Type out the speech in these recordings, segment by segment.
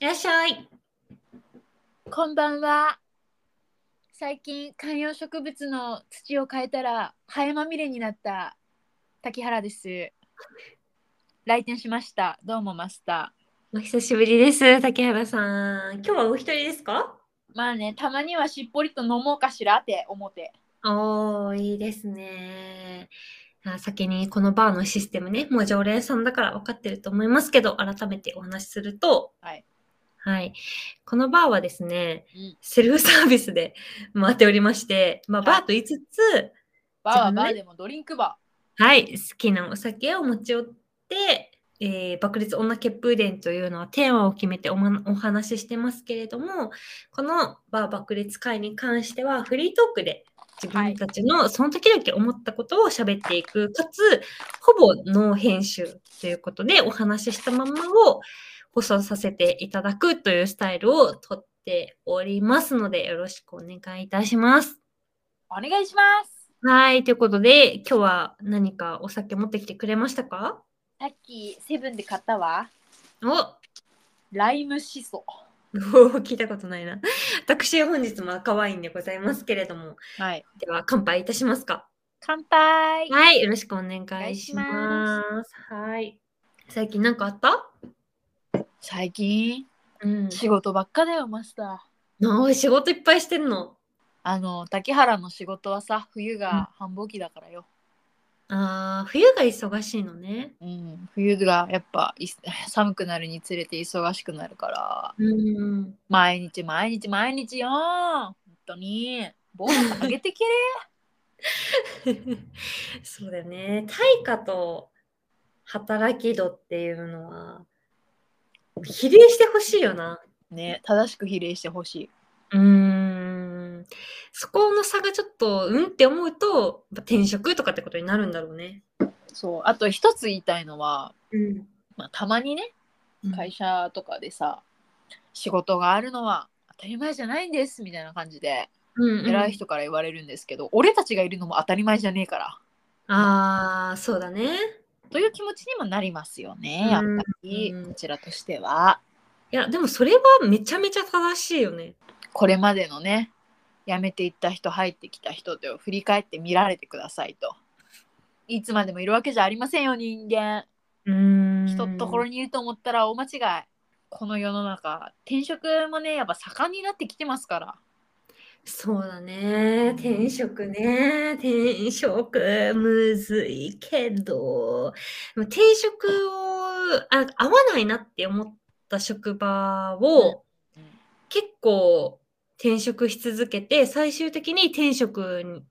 いらっしゃい。こんばんは。最近観葉植物の土を変えたらハエまみれになった滝原です。来店しました。どうもマスタお久しぶりです、竹原さん。今日はお一人ですかー。まあね、たまにはしっぽりと飲もうかしらって思って。おー、いいですね。あ先にこのバーのシステムね、もう常連さんだから分かってると思いますけど、改めてお話しすると、はい。はい。このバーはですね、うんセルフサービスで回っておりまして、まあ、はいバーと言いつつ、バーはじゃバあねーでもドリンクバはい、好きなお酒を持ち寄って、えー爆裂女結風伝というのはテーマを決めてお,、ま、お話ししてますけれども、このバー爆裂会に関してはフリートークで自分たちのその時々思ったことを喋っていく、かつ、ほぼノー編集ということでお話ししたまんまを放送させていただくというスタイルをとっておりますので、よろしくお願いいたします。ー。お願いします。はい、ということで、今日は何かお酒持ってきてくれましたかさっきセブンで買ったわ。お ライムシソ。おー聞いたことない な。私、本日も赤ワインでございますけれども、はい。では乾杯いたしますか。乾杯。はい、よろしくお願いいししま。ますはい。最近何かあった最近うん。仕事ばっかだよマスター。おい仕事いっぱいしてんの。あの竹原の仕事はさ冬が繁忙期だからよ。あー冬が忙しいのね。うん、冬がやっぱい寒くなるにつれて忙しくなるからうん。 毎日毎日毎日よ本当にボーナス上げてけれそうだよね。対価と働き度っていうのは、比例してほしいよな。 ね正しく比例してほしいうーんそこの差がちょっとうんって思うとやっぱ転職とかってことになるんだろうね。そうあと一つ言いたいのは、うん、まあ、たまにね会社とかでさ、仕事があるのは当たり前じゃないんですみたいな感じでうんうん偉い人から言われるんですけど、俺たちがいるのも当たり前じゃねえからああそうだね。という気持ちにもなりますよねやっぱり、うんこちらとしてはいやでもそれはめちゃめちゃ正しいよね。これまでのね辞めていった人入ってきた人を振り返って見られてくださいといつまでもいるわけじゃありませんよ人間うーん人のところにいると思ったら大間違いこの世の中転職もねやっぱ盛んになってきてますからそうだね転職ね転職むずいけどでも転職をあ合わないなって思った職場をうんうん結構転職し続けて最終的に転職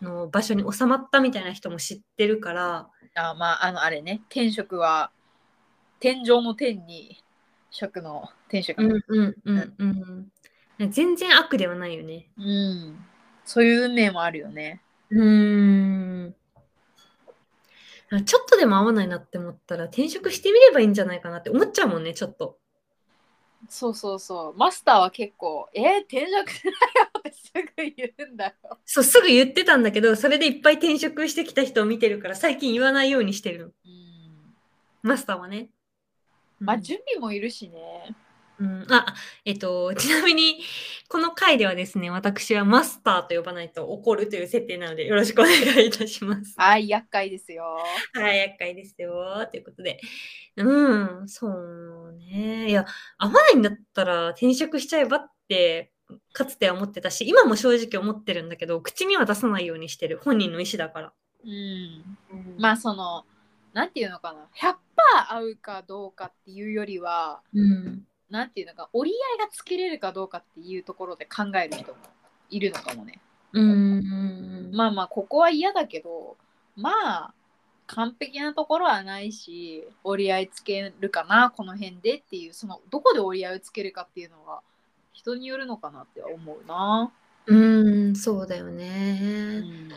の場所に収まったみたいな人も知ってるからあまああのあれね転職は天井の天に職の転職、うんうんうんうん全然悪ではないよねうんそういう運命もあるよねうーんちょっとでも合わないなって思ったら転職してみればいいんじゃないかなって思っちゃうもんねちょっとそうそうそうマスターは結構「えー、転職だよ」ってすぐ言うんだよそうすぐ言ってたんだけどそれでいっぱい転職してきた人を見てるから最近言わないようにしてるのうんマスターはねまあうん準備もいるしね。うん、あ、えっと、ちなみに、この回ではですね、私はマスターと呼ばないと怒るという設定なので、よろしくお願いいたします。はい、厄介ですよ。はい、厄介ですよ。ということで。うん、そうね。いや、合わないんだったら転職しちゃえばって、かつては思ってたし、今も正直思ってるんだけど、口には出さないようにしてる。本人の意思だから。うん。ままあその、なんていうのかな。100%合うかどうかっていうよりは、うん。なんていうのか、折り合いがつけれるかどうかっていうところで考える人もいるのかもね。うん。まあまあ、ここは嫌だけど、まあ、完璧なところはないし、折り合いつけるかな、この辺でっていう、その、どこで折り合いをつけるかっていうのは、人によるのかなって思うな。うん、そうだようね。ん。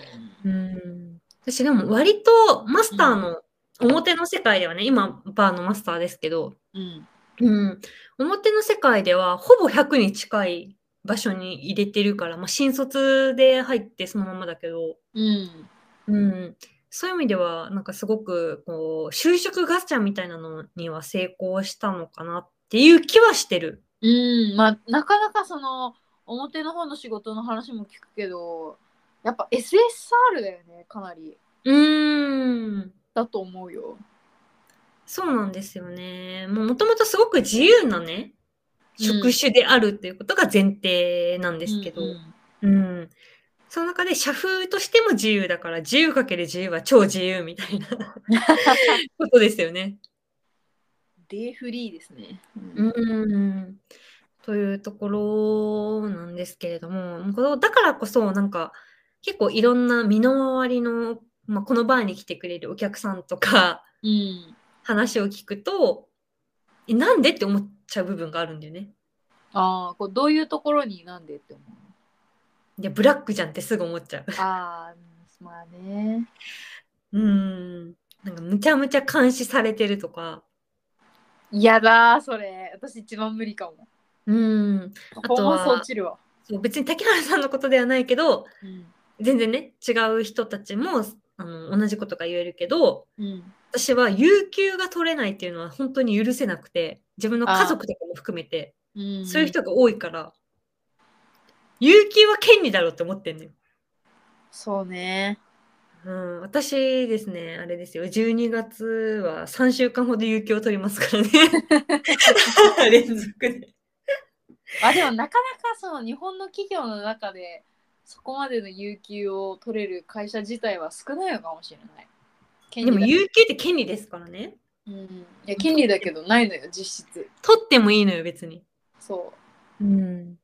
うん私でも割とマスターの表の世界ではね、今バーのマスターですけど、うん。うん、表の世界ではほぼ100に近い場所に入れてるから、まあ、新卒で入ってそのままだけど、うん。うん、そういう意味ではなんかすごくこう就職ガチャみたいなのには成功したのかなっっていう気はしてる。うんまあなかなかその表の方の仕事の話も聞くけどやっぱ SSR だよねかなりうーん。だと思うよそうなんですよね。もともとすごく自由なね、うん職種であるっていうことが前提なんですけど、ううんうんんその中で社風としても自由だから、自由かける自由は超自由みた いなことですよね。デイフリーですね、うーんというところなんですけれども、このだからこそ、なんか結構いろんな身の回りの、まあ、このバーに来てくれるお客さんとかうん話を聞くと、えなんでって思っちゃう部分があるんだよね。ああこうどういうところになんでって思ういや、ブラックじゃんってすぐ思っちゃう。 ああうんまあねうーん。なんかむちゃむちゃ監視されてるとか。嫌だーそれ私一番無理かもうーん。パあフォーとはマンス落ちるわ、そう別に竹原さんのことではないけど、うん全然ね、違う人たちもあの同じことが言えるけど、うん、私は有給が取れないっていうのは本当に許せなくて、自分の家族とかも含めて、うん、そういう人が多いから、有給は権利だろうって思ってんのよ。そうねうん、私ですね、あれですよ、12月は3週間ほど有給を取りますからね。連続で。あでもなかなかその日本の企業の中でそこまでの有給を取れる会社自体は少ないのかもしれない。権 で利もだ有給って権利ですからね。うん、いや権利だけどないのよ実質。取ってもいいのよ、別に。そううん。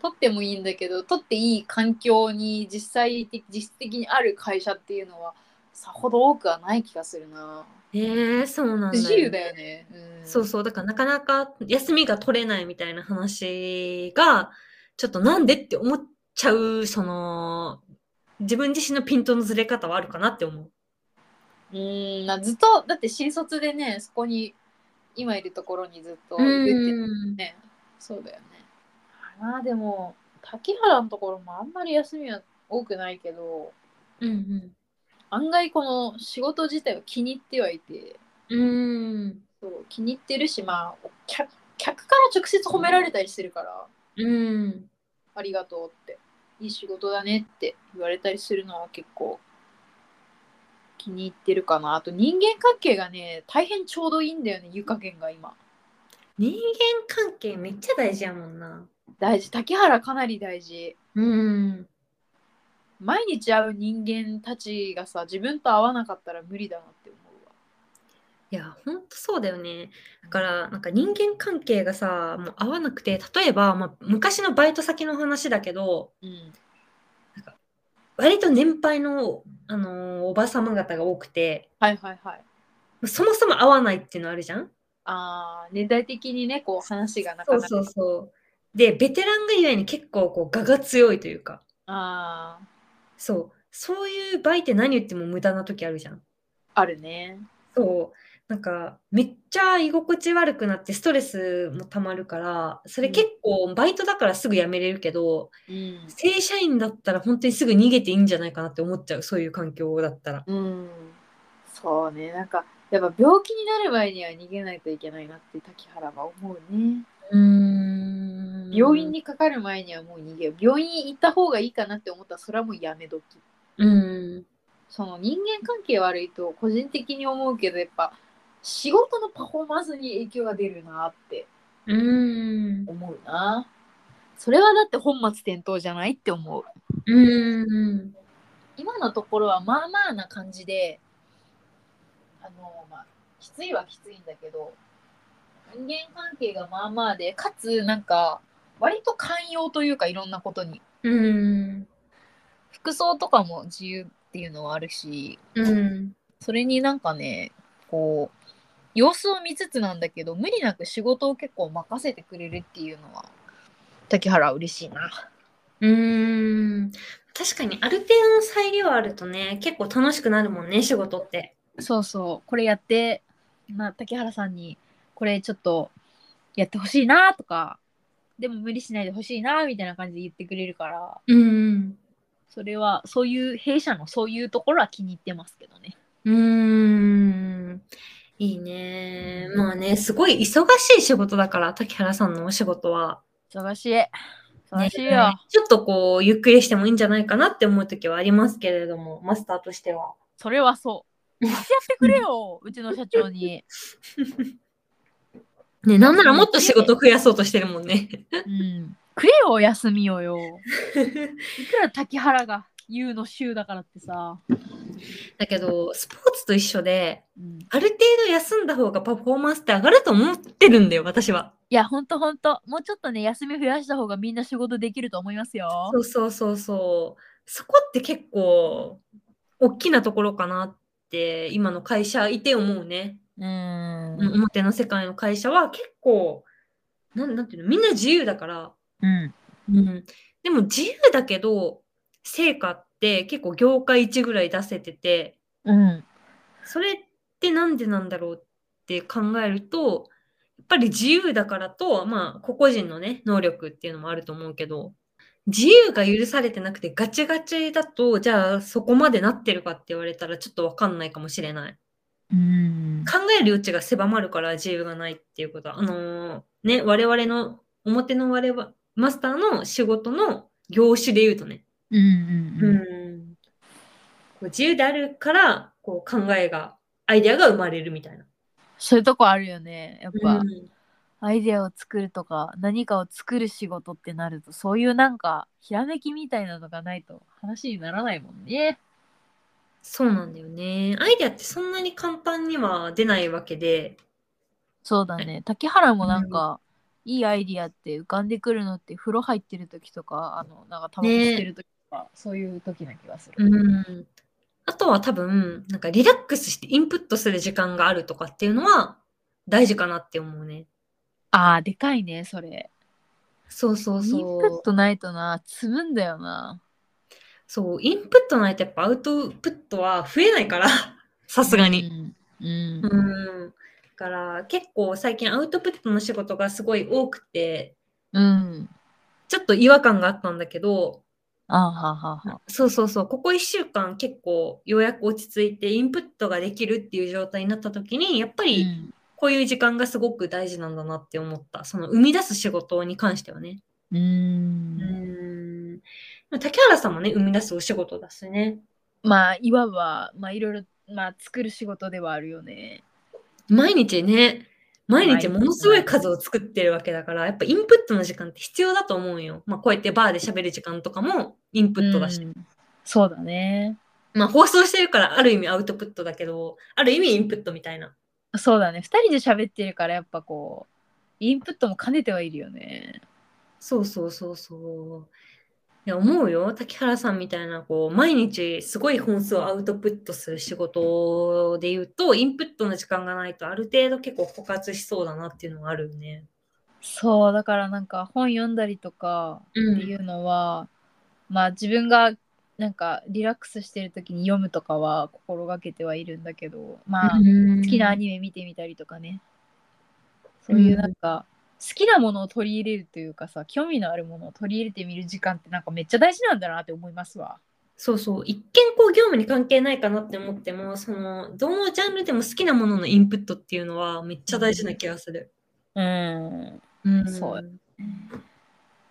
取ってもいいんだけど取っていい環境に実際的実質的にある会社っていうのはさほど多くはない気がするな。えー、そうなんだよ、不自由だよね。うん、そうそう、だからなかなか休みが取れないみたいな話が、ちょっとなんでって思っちゃう、その、自分自身のピントのずれ方はあるかなって思う。うんなずっとだって新卒でねそこに今いるところにずっといるっていうねそうだよねあーでも滝原のところもあんまり休みは多くないけどうん案外この仕事自体は気に入ってはいてうん。うん。そう気に入ってるしまあお客客から直接褒められたりするから、うん。ありがとうっていい仕事だねって言われたりするのは結構気に入ってるかなあと人間関係がね大変ちょうどいいんだよね湯加減が今人間関係めっちゃ大事やもんな。大事滝原かなり大事うん。毎日会う人間たちがさ自分と会わなかったら無理だなって思うわいや、ほんとそうだよね。だから、なんか人間関係がさ、もう合わなくて、例えば、まあ、昔のバイト先の話だけど、うん割と年配の、あのーおばさま方が多くて、はいはいはいそもそも合わないっていうのあるじゃんあー年代的にねこう話がなかそうなかそうそう。で、ベテランがゆえに結構こう、我が強いというか、あーそう、そういう場合って何言っても無駄な時あるじゃん。あるねそう。なんか、めっちゃ居心地悪くなってストレスもたまるから、それ結構、バイトだからすぐ辞めれるけど、うん、正社員だったら本当にすぐ逃げていいんじゃないかなって思っちゃう、そういう環境だったら。うん、そうねなんかやっぱ病気になる前には逃げないといけないなって滝原は思うねうーん病院にかかる前にはもう逃げよう病院行った方がいいかなって思ったらそれはもうやめどきうん。その人間関係悪いと個人的に思うけどやっぱ仕事のパフォーマンスに影響が出るなってうん。思うなそれはだって本末転倒じゃないって思ううん。今のところはまあまあな感じであのまあきついはきついんだけど人間関係がまあまあでかつなんか割と寛容というかいろんなことにうん。服装とかも自由っていうのはあるしうん。それになんかね、こう、様子を見つつなんだけど、無理なく仕事を結構任せてくれるっていうのは、竹原は嬉しいな。うーん。確かに、ある程度の裁量あるとね、結構楽しくなるもんね、仕事って。そうそう、これやって、まあ、竹原さんに、これちょっとやってほしいなとか、でも無理しないでほしいなみたいな感じで言ってくれるから、うん。それは、そういう、弊社のそういうところは気に入ってますけどね。うーん。いいね。まあね、すごい忙しい仕事だから、竹原さんのお仕事は。忙しい。忙しいよ。ねちょっとこう、ゆっくりしてもいいんじゃないかなって思う時はありますけれども、マスターとしては。それはそう。 やってくれよ、うちの社長に。ね、なんならもっと仕事増やそうとしてるもんね。 うん。くれよ、休みをよ。いくら滝原が言うの週だからってさ。だけど、スポーツと一緒で、うん、いある程度休んだ方がパフォーマンスって上がると思ってるんだよ、私は。や、ほんとほんと。もうちょっとね、休み増やした方がみんな仕事できると思いますよそ。うそうそうそう。そこって結構、大きなところかなって、今の会社いて思うね。ううん。ん表の世界の会社は結構、なんなんていうの、みんな自由だから。うん。うん。でも自由だけど、成果って結構業界一ぐらい出せてて、うん。それってなんでなんだろうって考えると、やっぱり自由だからと、まあ、個々人のね、能力っていうのもあると思うけど、自由が許されてなくてガチガチだと、じゃあそこまでなってるかって言われたらちょっとわかんないかもしれない。うん。考える余地が狭まるから自由がないっていうことは、あのーね、我々の、表の我々、マスターの仕事の業種で言うとね、うんうんうんうん、こう自由であるからこう考えがアイデアが生まれるみたいな。そういうとこあるよね。やっぱ、うんアイデアを作るとか、何かを作る仕事ってなると、そういうなんか、ひらめきみたいなのがないと話にならないもんね。そうなんだよね。アイデアってそんなに簡単には出ないわけで、そうだね。竹原もなんか、いいアイディアって浮かんでくるのって、風呂入ってる時とか、あの、なんかタバコ吸ってる時とか、そういう時な気がする。うん、あとは多分なんかリラックスしてインプットする時間があるとかっていうのは大事かなって思うね。あー、でかいね、それ。そうそうインプッそう。トないとな、積むんだよな。そう、インプットないとやっぱアウトプットは増えないから、 さすがに。うん。うん。うん。だから結構最近アウトプットの仕事がすごい多くて、うん。ちょっと違和感があったんだけど、あーはーはーはーそうそうそう、ここ1週間結構ようやく落ち着いてインプットができるっていう状態になった時に、やっぱうりんこういう時間がすごく大事なんだなって思った。その生み出す仕事に関してはね。う。うんん。竹原さんもね、生み出すお仕事だしね。まあいわばまあいろいろまあ作る仕事ではあるよね。毎日ね、毎日毎日ものすごい数を作ってるわけだから、やっぱインプットの時間って必要だと思うんよ。まあこうやってバーで喋る時間とかもインプットだし。うんそうだね。まあ放送してるからある意味アウトプットだけど、ある意味インプットみたいな。そうだね。二人で喋ってるからやっぱこうインプットも兼ねてはいるよね。そうそうそうそう。いや思うよ。滝原さんみたいな、こう、毎日すごい本数をアウトプットする仕事で言うと、インプットの時間がないと、ある程度結構枯渇しそうだなっていうのがあるよね。そうだからなんか本読んだりとかうっていうのは、まあ自分がなんかリラックスしてる時に読むとかは心がけてはいるんだけどまあ、ん好きなアニメ見てみたりとかねそういうなんか、好きなものを取り入れるというかさ興味のあるものを取り入れてみる時間ってなんかめっちゃ大事なんだなって思いますわそうそう。一見こう業務に関係ないかなって思っても、その、どのジャンルでも好きなもののインプットっていうのはめっちゃ大事な気がする。うんうんそう。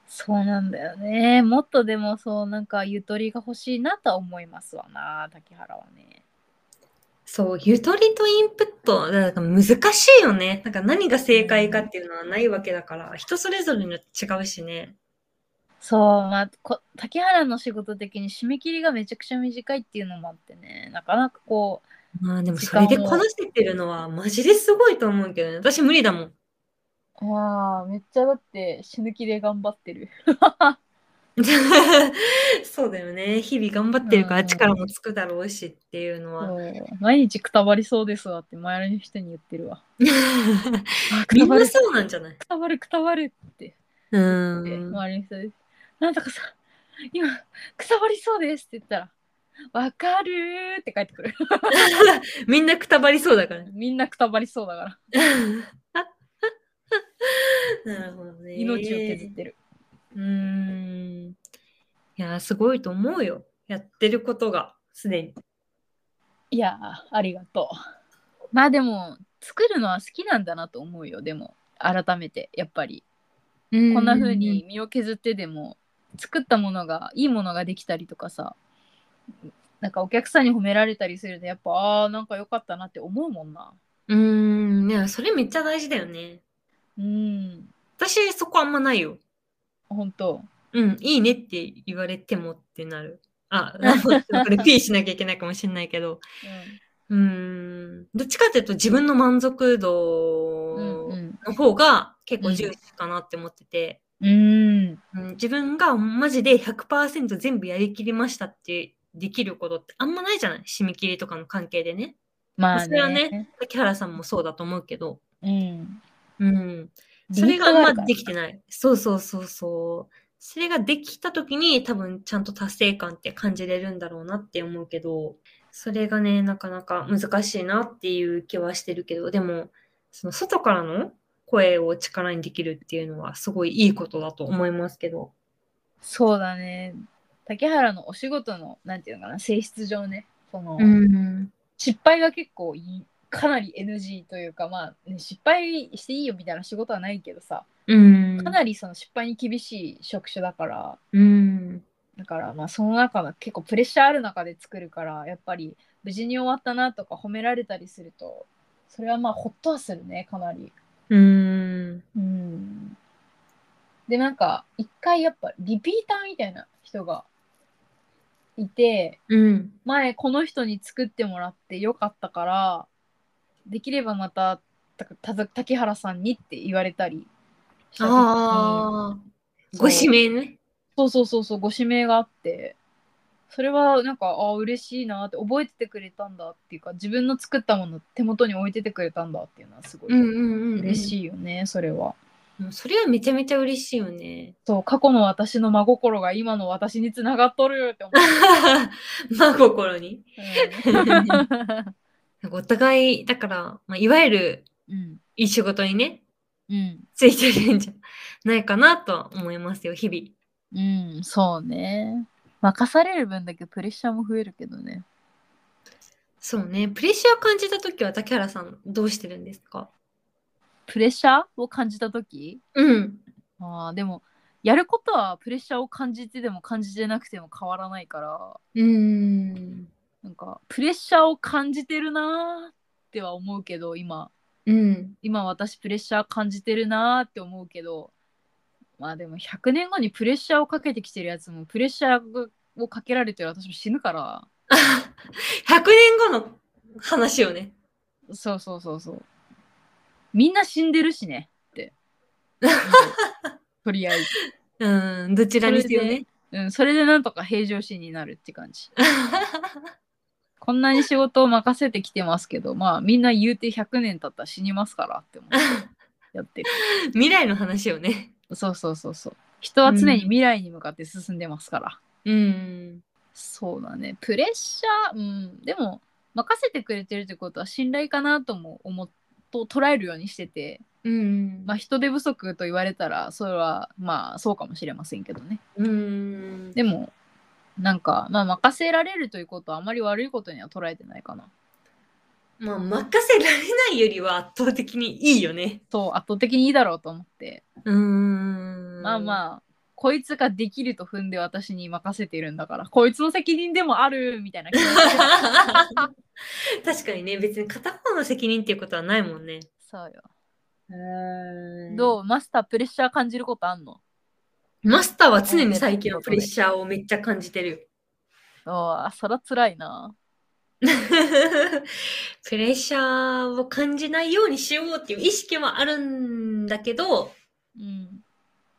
そうなんだよねもっとでもそうなんかゆとりが欲しいなとは思いますわな竹原はねそう、ゆとりとインプット、だから難しいよね。なんか何が正解かっていうのはないわけだから、人それぞれによって違うしね。そうまあこ竹原の仕事的に締め切りがめちゃくちゃ短いっていうのもあってねなかなかこうまあでもそれでこなせてるのはマジですごいと思うけどね。私無理だもん。ああめっちゃだって死ぬ気で頑張ってる そうだよね。日々頑張ってるから力もつくだろうしっていうのは。毎日くたばりそうですわって周りの人に言ってるわあ くみたんばなるそうなんじゃないくたばるくたばるってう言ってん。周りの人ですなんとかさ今くたばりそうですって言ったらわかるーって返ってくるみんなくたばりそうだからね。 みんなくたばりそうだからなるほどね。命を削ってる、うーん。いやー、すごいと思うよ。やってることが、すでに。いやーありがとうまあでも作るのは好きなんだなと思うよでも改めてやっぱりここんな風に身を削ってでも作ったものがいいものができたりとかさなんかお客さんに褒められたりするとやっぱあーなんか良かったなって思うもんなうーん、いや、それめっちゃ大事だよね。うん私、そこあんまないよ。本当うん、いいねって言われてもってなる。あ、なんかこれ P しなきゃいけないかもしれないけど。うーん、どっちかっていうと自分の満足うんうんう度んの方が結構重視かなって思ってて、うんうん、自分がマジで100%全部やりきりましたってできることってあんまないじゃない締め切りとかの関係でね。まあねそれはね竹原さんもそうだと思うけど。うんうん。それがリミットまああるからできてない。そうそうそうそう。それができた時に多分ちゃんと達成感って感じれるんだろうなって思うけど、それがね、なかなか難しいなっていう気はしてるけど、でも、その外からの声を力にできるっていうのはすごいいいことだと思いますけど。そうだね竹原のお仕事のなんていうのかな性質上ねその、ん。失敗が結構いいかなり NG というかまあ、ね、失敗していいよみたいな仕事はないけどさうん。かなりその失敗に厳しい職種だからうん。だからまあその中の結構プレッシャーある中で作るからやっぱり無事に終わったなとか褒められたりするとそれはまあほっとはするねかなり。うん。うんでなんか一回やっぱリピーターみたいな人がいてうん。前この人に作ってもらってよかったからできればまたたた竹原さんにって言われたりした時にああ。ご指名ね。そうそうそうそうご指名があってそれはなんかああ嬉しいなって覚えててくれたんだっていうか自分の作ったもの手元に置いててくれたんだっていうのはすごうんいうんうん。嬉い。しいよね、それはそれはめちゃめちゃ嬉しいよね。 そう過去の私の真心が今の私につながっとるよって思 まあ心に。う、お互い、だから、まあ、いわゆるうんいい仕事にね、うんついてるんじゃないかなとは思いますよ、日々。うん、そうね。任される分だけプレッシャーも増えるけどね。そうね、プレッシャーを感じたときは、竹原さん、どうしてるんですかプレッシャーを感じた時うん。ああ、でも、やることはプレッシャーを感じてでも感じてなくても変わらないから、うーん。なんか、プレッシャーを感じてるなーっては思うけど、今、うん。今私プレッシャー感じてるなーって思うけど、まあでも100年後にプレッシャーをかけてきてるやつも、プレッシャーをかけられてる私も死ぬから、 100年後の話よね。そうそうそうそう。みんな死んでるしねって。とりあえず。うん、どちらにせよね。うん、それでなんとか平常心になるって感じ。こんなに仕事を任せてきてますけど、まあみんな言うて100年経ったら死にますからって思ってやってる。未来の話よね。そうそうそうそう。人は常に未来に向かって進んでますから。うん。そうだね。プレッシャー、うん、でも任せてくれてるってことは信頼かなとも思っと捉えるようにしてて。うん。まあ、人手不足と言われたらそれはまあそうかもしれませんけどねうん。でもなんかまあ任せられるということはあまり悪いことには捉えてないかなまあ、任せられないよりは圧倒的にいいよね。そう圧倒的にいいだろうと思って、うーん。まああ。まあこいつができると踏んで私に任せてるんだからこいつの責任でもあるみたいな気持 ち確かにね、別に片方の責任っていうことはないもんね。そうよどどうマスタープレッシャー感じることあんのうマスターは常に最近のプレッシャーをめっちゃ感じてるよ。ああそら辛いなプレッシャーを感じないようにしようっていう意識はあるんだけど、うん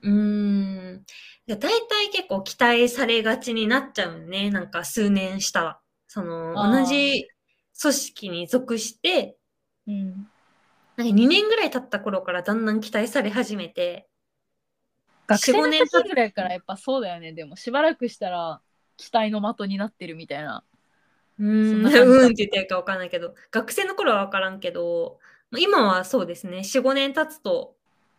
うーん。大体結構期待されがちになっちゃうね。なんか数年したら。そあの、ー同じ組織に属して、うんなんか2年ぐらい経った頃からだんだん期待され始めて、学生4-5の年経つ時ぐらいからやっぱそうだよねでもしばらくしたら期待の的になってるみたいなうーん、そんな感じだったうんって言ってるかわかんないけど、学生の頃はわからんけど、まあ今はそうですね、4、5年経つと、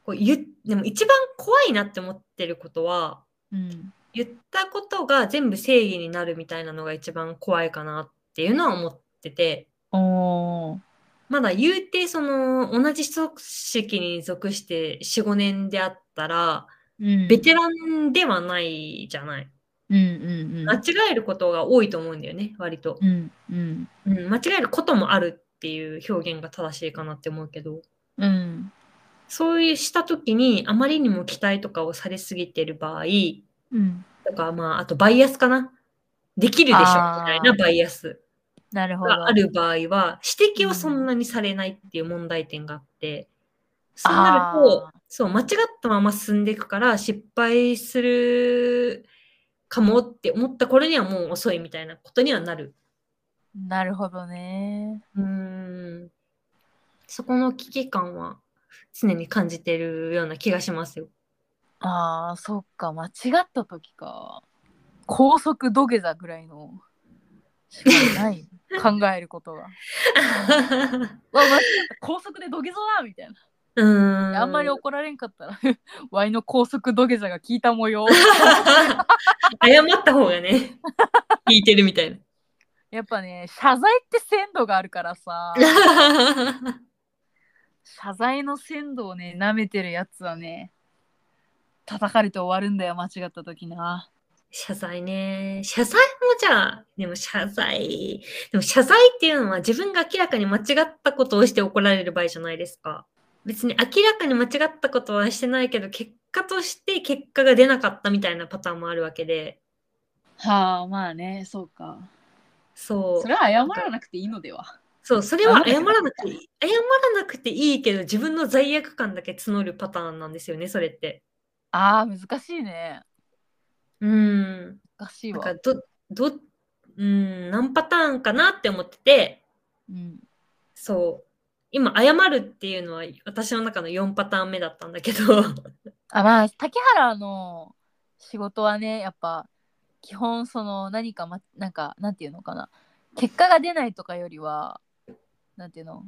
こう言っでも一番怖いなって思ってることは、うん言ったことが全部正義になるみたいなのが一番怖いかなっていうのは思ってて、おーまだ言うて、その、同じ組織に属して4、5年であったら、うんベテランではないじゃない。うんうんうん間違えることが多いと思うんだよね、割と。うんうんうん、間違えることもあるっていう表現が正しいかなって思うけど、うんそういうした時に、あまりにも期待とかをされすぎてる場合、うんとか、まあ、あとバイアスかな。できるでしょみあーたいなバイアスなるほどがある場合は、指摘をそんなにされないっていう問題点があって、そうなあると、そう、間違ったまま進んでいくから、失敗するかもって思った頃にはもう遅いみたいなことにはなる。ーなるほどねうーん。そこの危機感は常に感じてるような気がします よ。あーそっか間違った時か高速土下座ぐらいのしかない 考えることがわ間違った高速で土下座だみたいなうーん。あんまり怒られんかったら ワイの高速土下座が効いた模 様 謝った方がね、聞いてるみたいな。やっぱね謝罪って鮮度があるから さ 謝罪の鮮度をね舐めてるやつはね叩かれて終わるんだよ間違った時な謝罪ね。謝罪もじゃあ、でも謝罪、でも謝罪っていうのは自分が明らかに間違ったことをして怒られる場合じゃないですか。別に明らかに間違ったことはしてないけど、結果として結果が出なかったみたいなパターンもあるわけで。はあまあねそうかそう。それは謝らなくていいのではそう、それは謝謝らならなくくてていい。謝らなくていいけど、自分の罪悪感だけ募るパターンなんですよね、それって。あー難しいねうん。難しいなんわか、ど、ど、うん、何パターンかなって思ってて、うんそう。今、謝るっていうのは私の中の4パターン目だったんだけど、あまあ竹原の仕事はねやっぱ基本その何か、ま、なんかなんていうのかな結果が出ないとかよりはなんていうの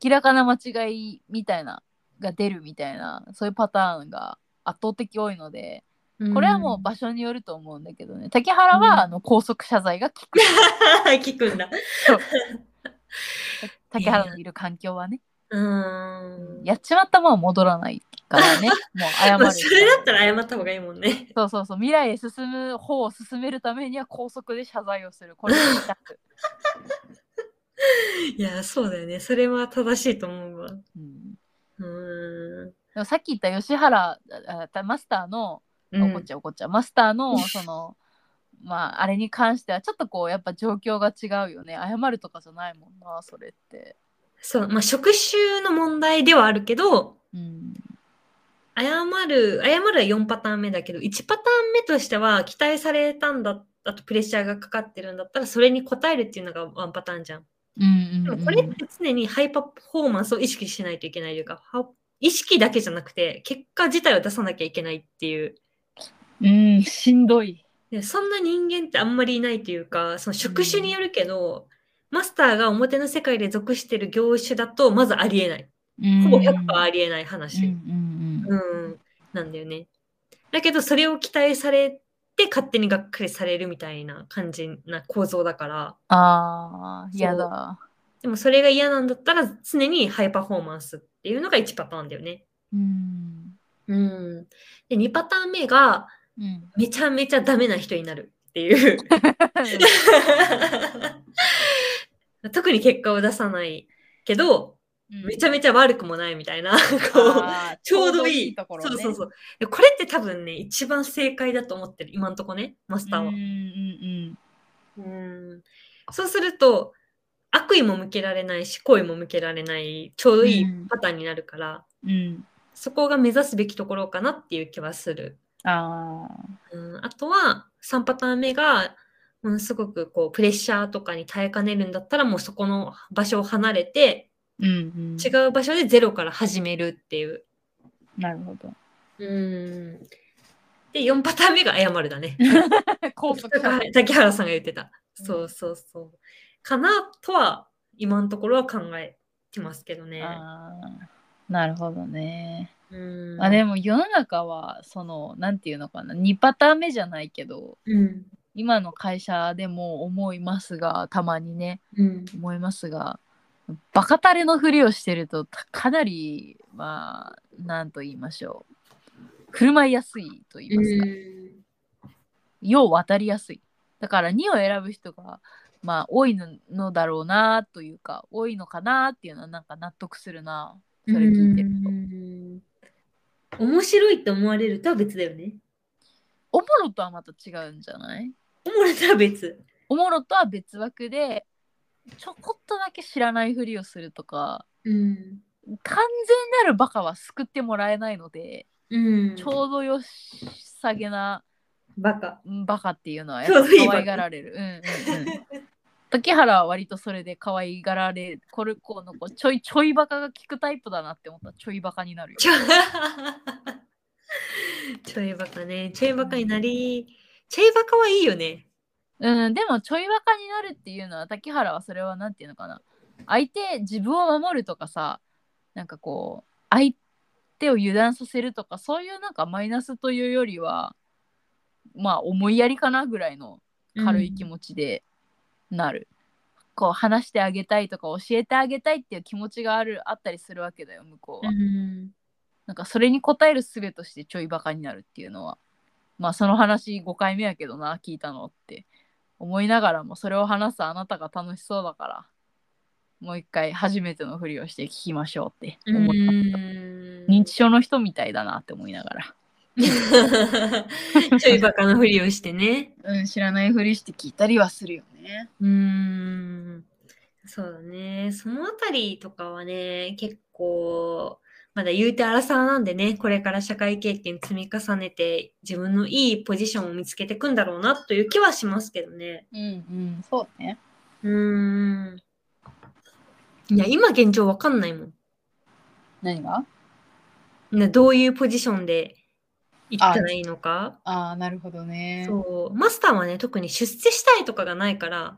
明らかな間違いみたいなが出るみたいなそういうパターンが圧倒的多いのでこれはもう場所によると思うんだけどね竹原うんはあの高速謝罪が効く 聞くんだ。竹原のいる環境はねうーん。やっちまったもんは戻らないか らねもう謝まあるそれだったら謝った方がいいもんね。 そうそうそう未来へ進む方を進めるためには高速で謝罪をするこれが二 択いや、そうだよね。それは正しいと思うわ。うんうーん。でもさっき言った吉原ああマスターのう怒っんちゃう怒っちゃうマスターのそのまああれに関してはちょっとこうやっぱ状況が違うよね謝るとかじゃないもんなそれってそう、まあ、職種の問題ではあるけど、うん謝る、謝るは4パターン目だけど、1パターン目としては、期待されたんだ、あとプレッシャーがかかってるんだったら、それに応えるっていうのがワンパターンじゃん。うんでうんうもんこれって常にハイパフォーマンスを意識しないといけないというか、は意識だけじゃなくて、結果自体を出さなきゃいけないっていう。うんしんどいでそんな人間ってあんまりいないというか、その職種によるけど、マスターが表の世界で属してる業種だと、まずありえない。ほぼ100%ありえない話。うんうんうん、なんだよね。だけど、それを期待されて、勝手にがっかりされるみたいな感じな構造だから、うん、ああ嫌だでもそれが嫌なんだったら、常にハイパフォーマンスっていうのが1パターンだよね。うんうん。で、2パターン目が、うんめちゃめちゃダメな人になるっていう。特に結果を出さないけど、めちゃめちゃ悪くもないみたいな、こう。あーちょうどいい。ところ、ね、そうそうそう。でこれって多分ね、一番正解だと思ってる、今んとこね、マスターはうん。うんうんそうすると、悪意も向けられないし、好意も向けられない、ちょうどいいうんパターンになるから、うんうんそこが目指すべきところかなっていう気はする。ああうん、あとは、3パターン目が、ものすごくこうプレッシャーとかに耐えかねるんだったらもうそこの場所を離れてうんうん違う場所でゼロから始めるっていう。なるほどうん、で4パターン目が謝るだ ね。 高速化竹原さんが言ってた。うんそうそうそう。かなとは今のところは考えてますけどね。あーなるほどね、うん。まあでも世の中はそのなんていうのかな2パターン目じゃないけどうん。今の会社でも思いますがたまにねうん。思いますがバカタレのふりをしてるとかなりまあなんと言いましょう振る舞いやすいと言いますか、ん。よう渡りやすいだから2を選ぶ人がまあ多いののだろうなというか多いのかなっていうのはなんか納得するなそれ聞いてるとうん面白いと思われるとは別だよね。おもろとはまた違うんじゃないおもろいとは別。おもろとは別枠でちょこっとだけ知らないふりをするとかうん。完全なるバカは救ってもらえないのでうん。ちょうどよさげなバカ。うんバカっていうのはやっぱ可愛がられる。うん うんうん時原は割とそれで可愛がられるこれこの子ちょいちょいバカが効くタイプだなって思ったらちょいバカになるよ ちょちょいバカね。ちょいバカになり。ちょいバカはいいよね。うん、でもちょいバカになるっていうのは滝原はそれはなんていうのかな相手自分を守るとかさなんかこう相手を油断させるとかそういうなんかマイナスというよりはまあ思いやりかなぐらいの軽い気持ちでなる、こう話してあげたいとか教えてあげたいっていう気持ちがあるあったりするわけだよ向こうは、うん。なんかそれに応える術としてちょいバカになるっていうのはまあその話5回目やけどな聞いたのって思いながらもそれを話すあなたが楽しそうだからもう一回初めてのふりをして聞きましょうってう思いん。認知症の人みたいだなって思いながら、ちょ いバカのふりをしてね。うん、知らないふりして聞いたりはするよねうーん。そうだね。そのあたりとかはね、結構、まだ言うて荒さなんでね、これから社会経験積み重ねて、自分のいいポジションを見つけていくんだろうなという気はしますけどね。うんうんそうねうーん。いや、今現状わかんないもん。何がなどういうポジションで行ったらいいのか。ああなるほどねそう。マスターはね、特に出世したいとかがないから、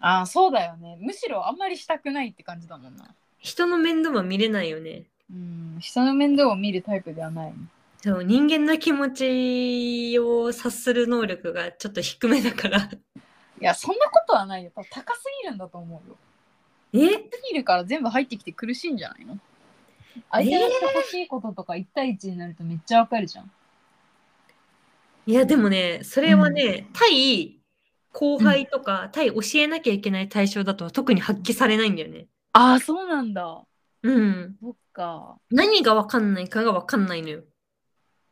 ああそうだよねむしろあんまりしたくないって感じだもんな人の面倒は見れないよね。うん人の面倒を見るタイプではないそう人間の気持ちを察する能力がちょっと低めだからいやそんなことはないよ多分高すぎるんだと思う よえ高すぎるから全部入ってきて苦しいんじゃないの相手のしてほしいこととか1対1になるとめっちゃわかるじゃん、いやでもねそれはね、対後輩とか、対教えなきゃいけない対象だと特に発揮されないんだよねああそうなんだうんそっか何が分かんないかが分かんないのよ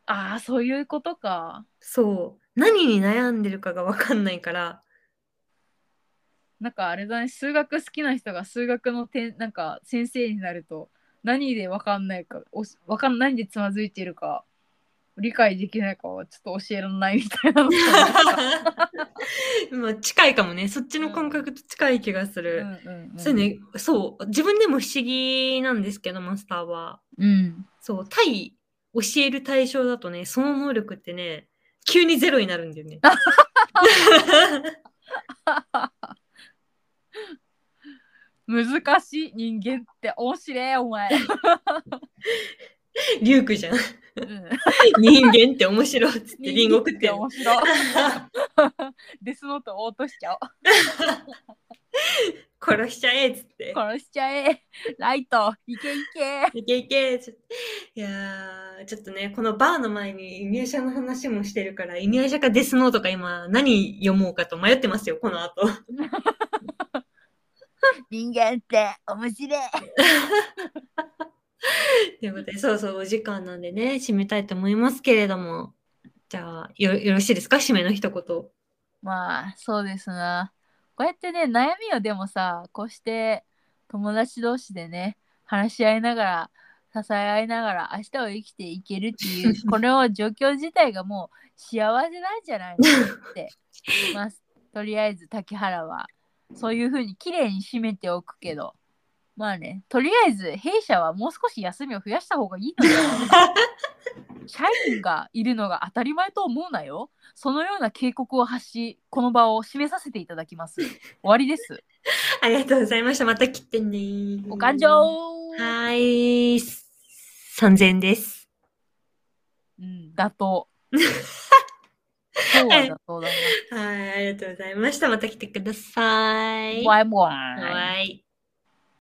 ああそういうことかそう何に悩んでるかが分かんない からなんかあれだね数学好きな人が数学のてなんか先生になると何でわかんないかおしわかん何でつまずいているか理解できないかはちょっと教えられないみたいなの かなまあ近いかもねそっちの感覚と近い気がすうんる、うんうんそうねそう自分でも不思議なんですけどマスターはうんそう、対教える対象だとね、その能力ってね、急にゼロになるんだよね。 難しい人間って面白い お前、リュウクじゃん。うん、人間って面白いっつってリンゴ食ってる人間面白 いデスノートを落としちゃお殺しちゃえっつってう。殺しちゃえライトいけいけいけいけちょいやーちょっとね、このバーの前に入社の話もしてるから、入社かデスノートか今何読もうかと迷ってますよ、この後。人間って面白いということで、そうそう、お時間なんでね、締めたいと思いますけれども。じゃあ、よよろしいですか締めの一言。まあそうですなこうやってね悩みをでもさこうして友達同士でね話し合いながら支え合いながら明日を生きていけるっていうこれを状況自体がもう幸せなんじゃないのって 思いますとりあえず竹原はそういう風に綺麗に締めておくけどまあねとりあえず弊社はもう少し休みを増やした方がいいのではないか社員がいるのが当たり前と思うなよそのような警告を発し、この場を締めさせていただきます。終わりです。ありがとうございました。また来てね。お勘定はーい。3000円です。うん、妥 当。今日は妥当だはい。ありがとうございました。また来てください。な。わいわいはい。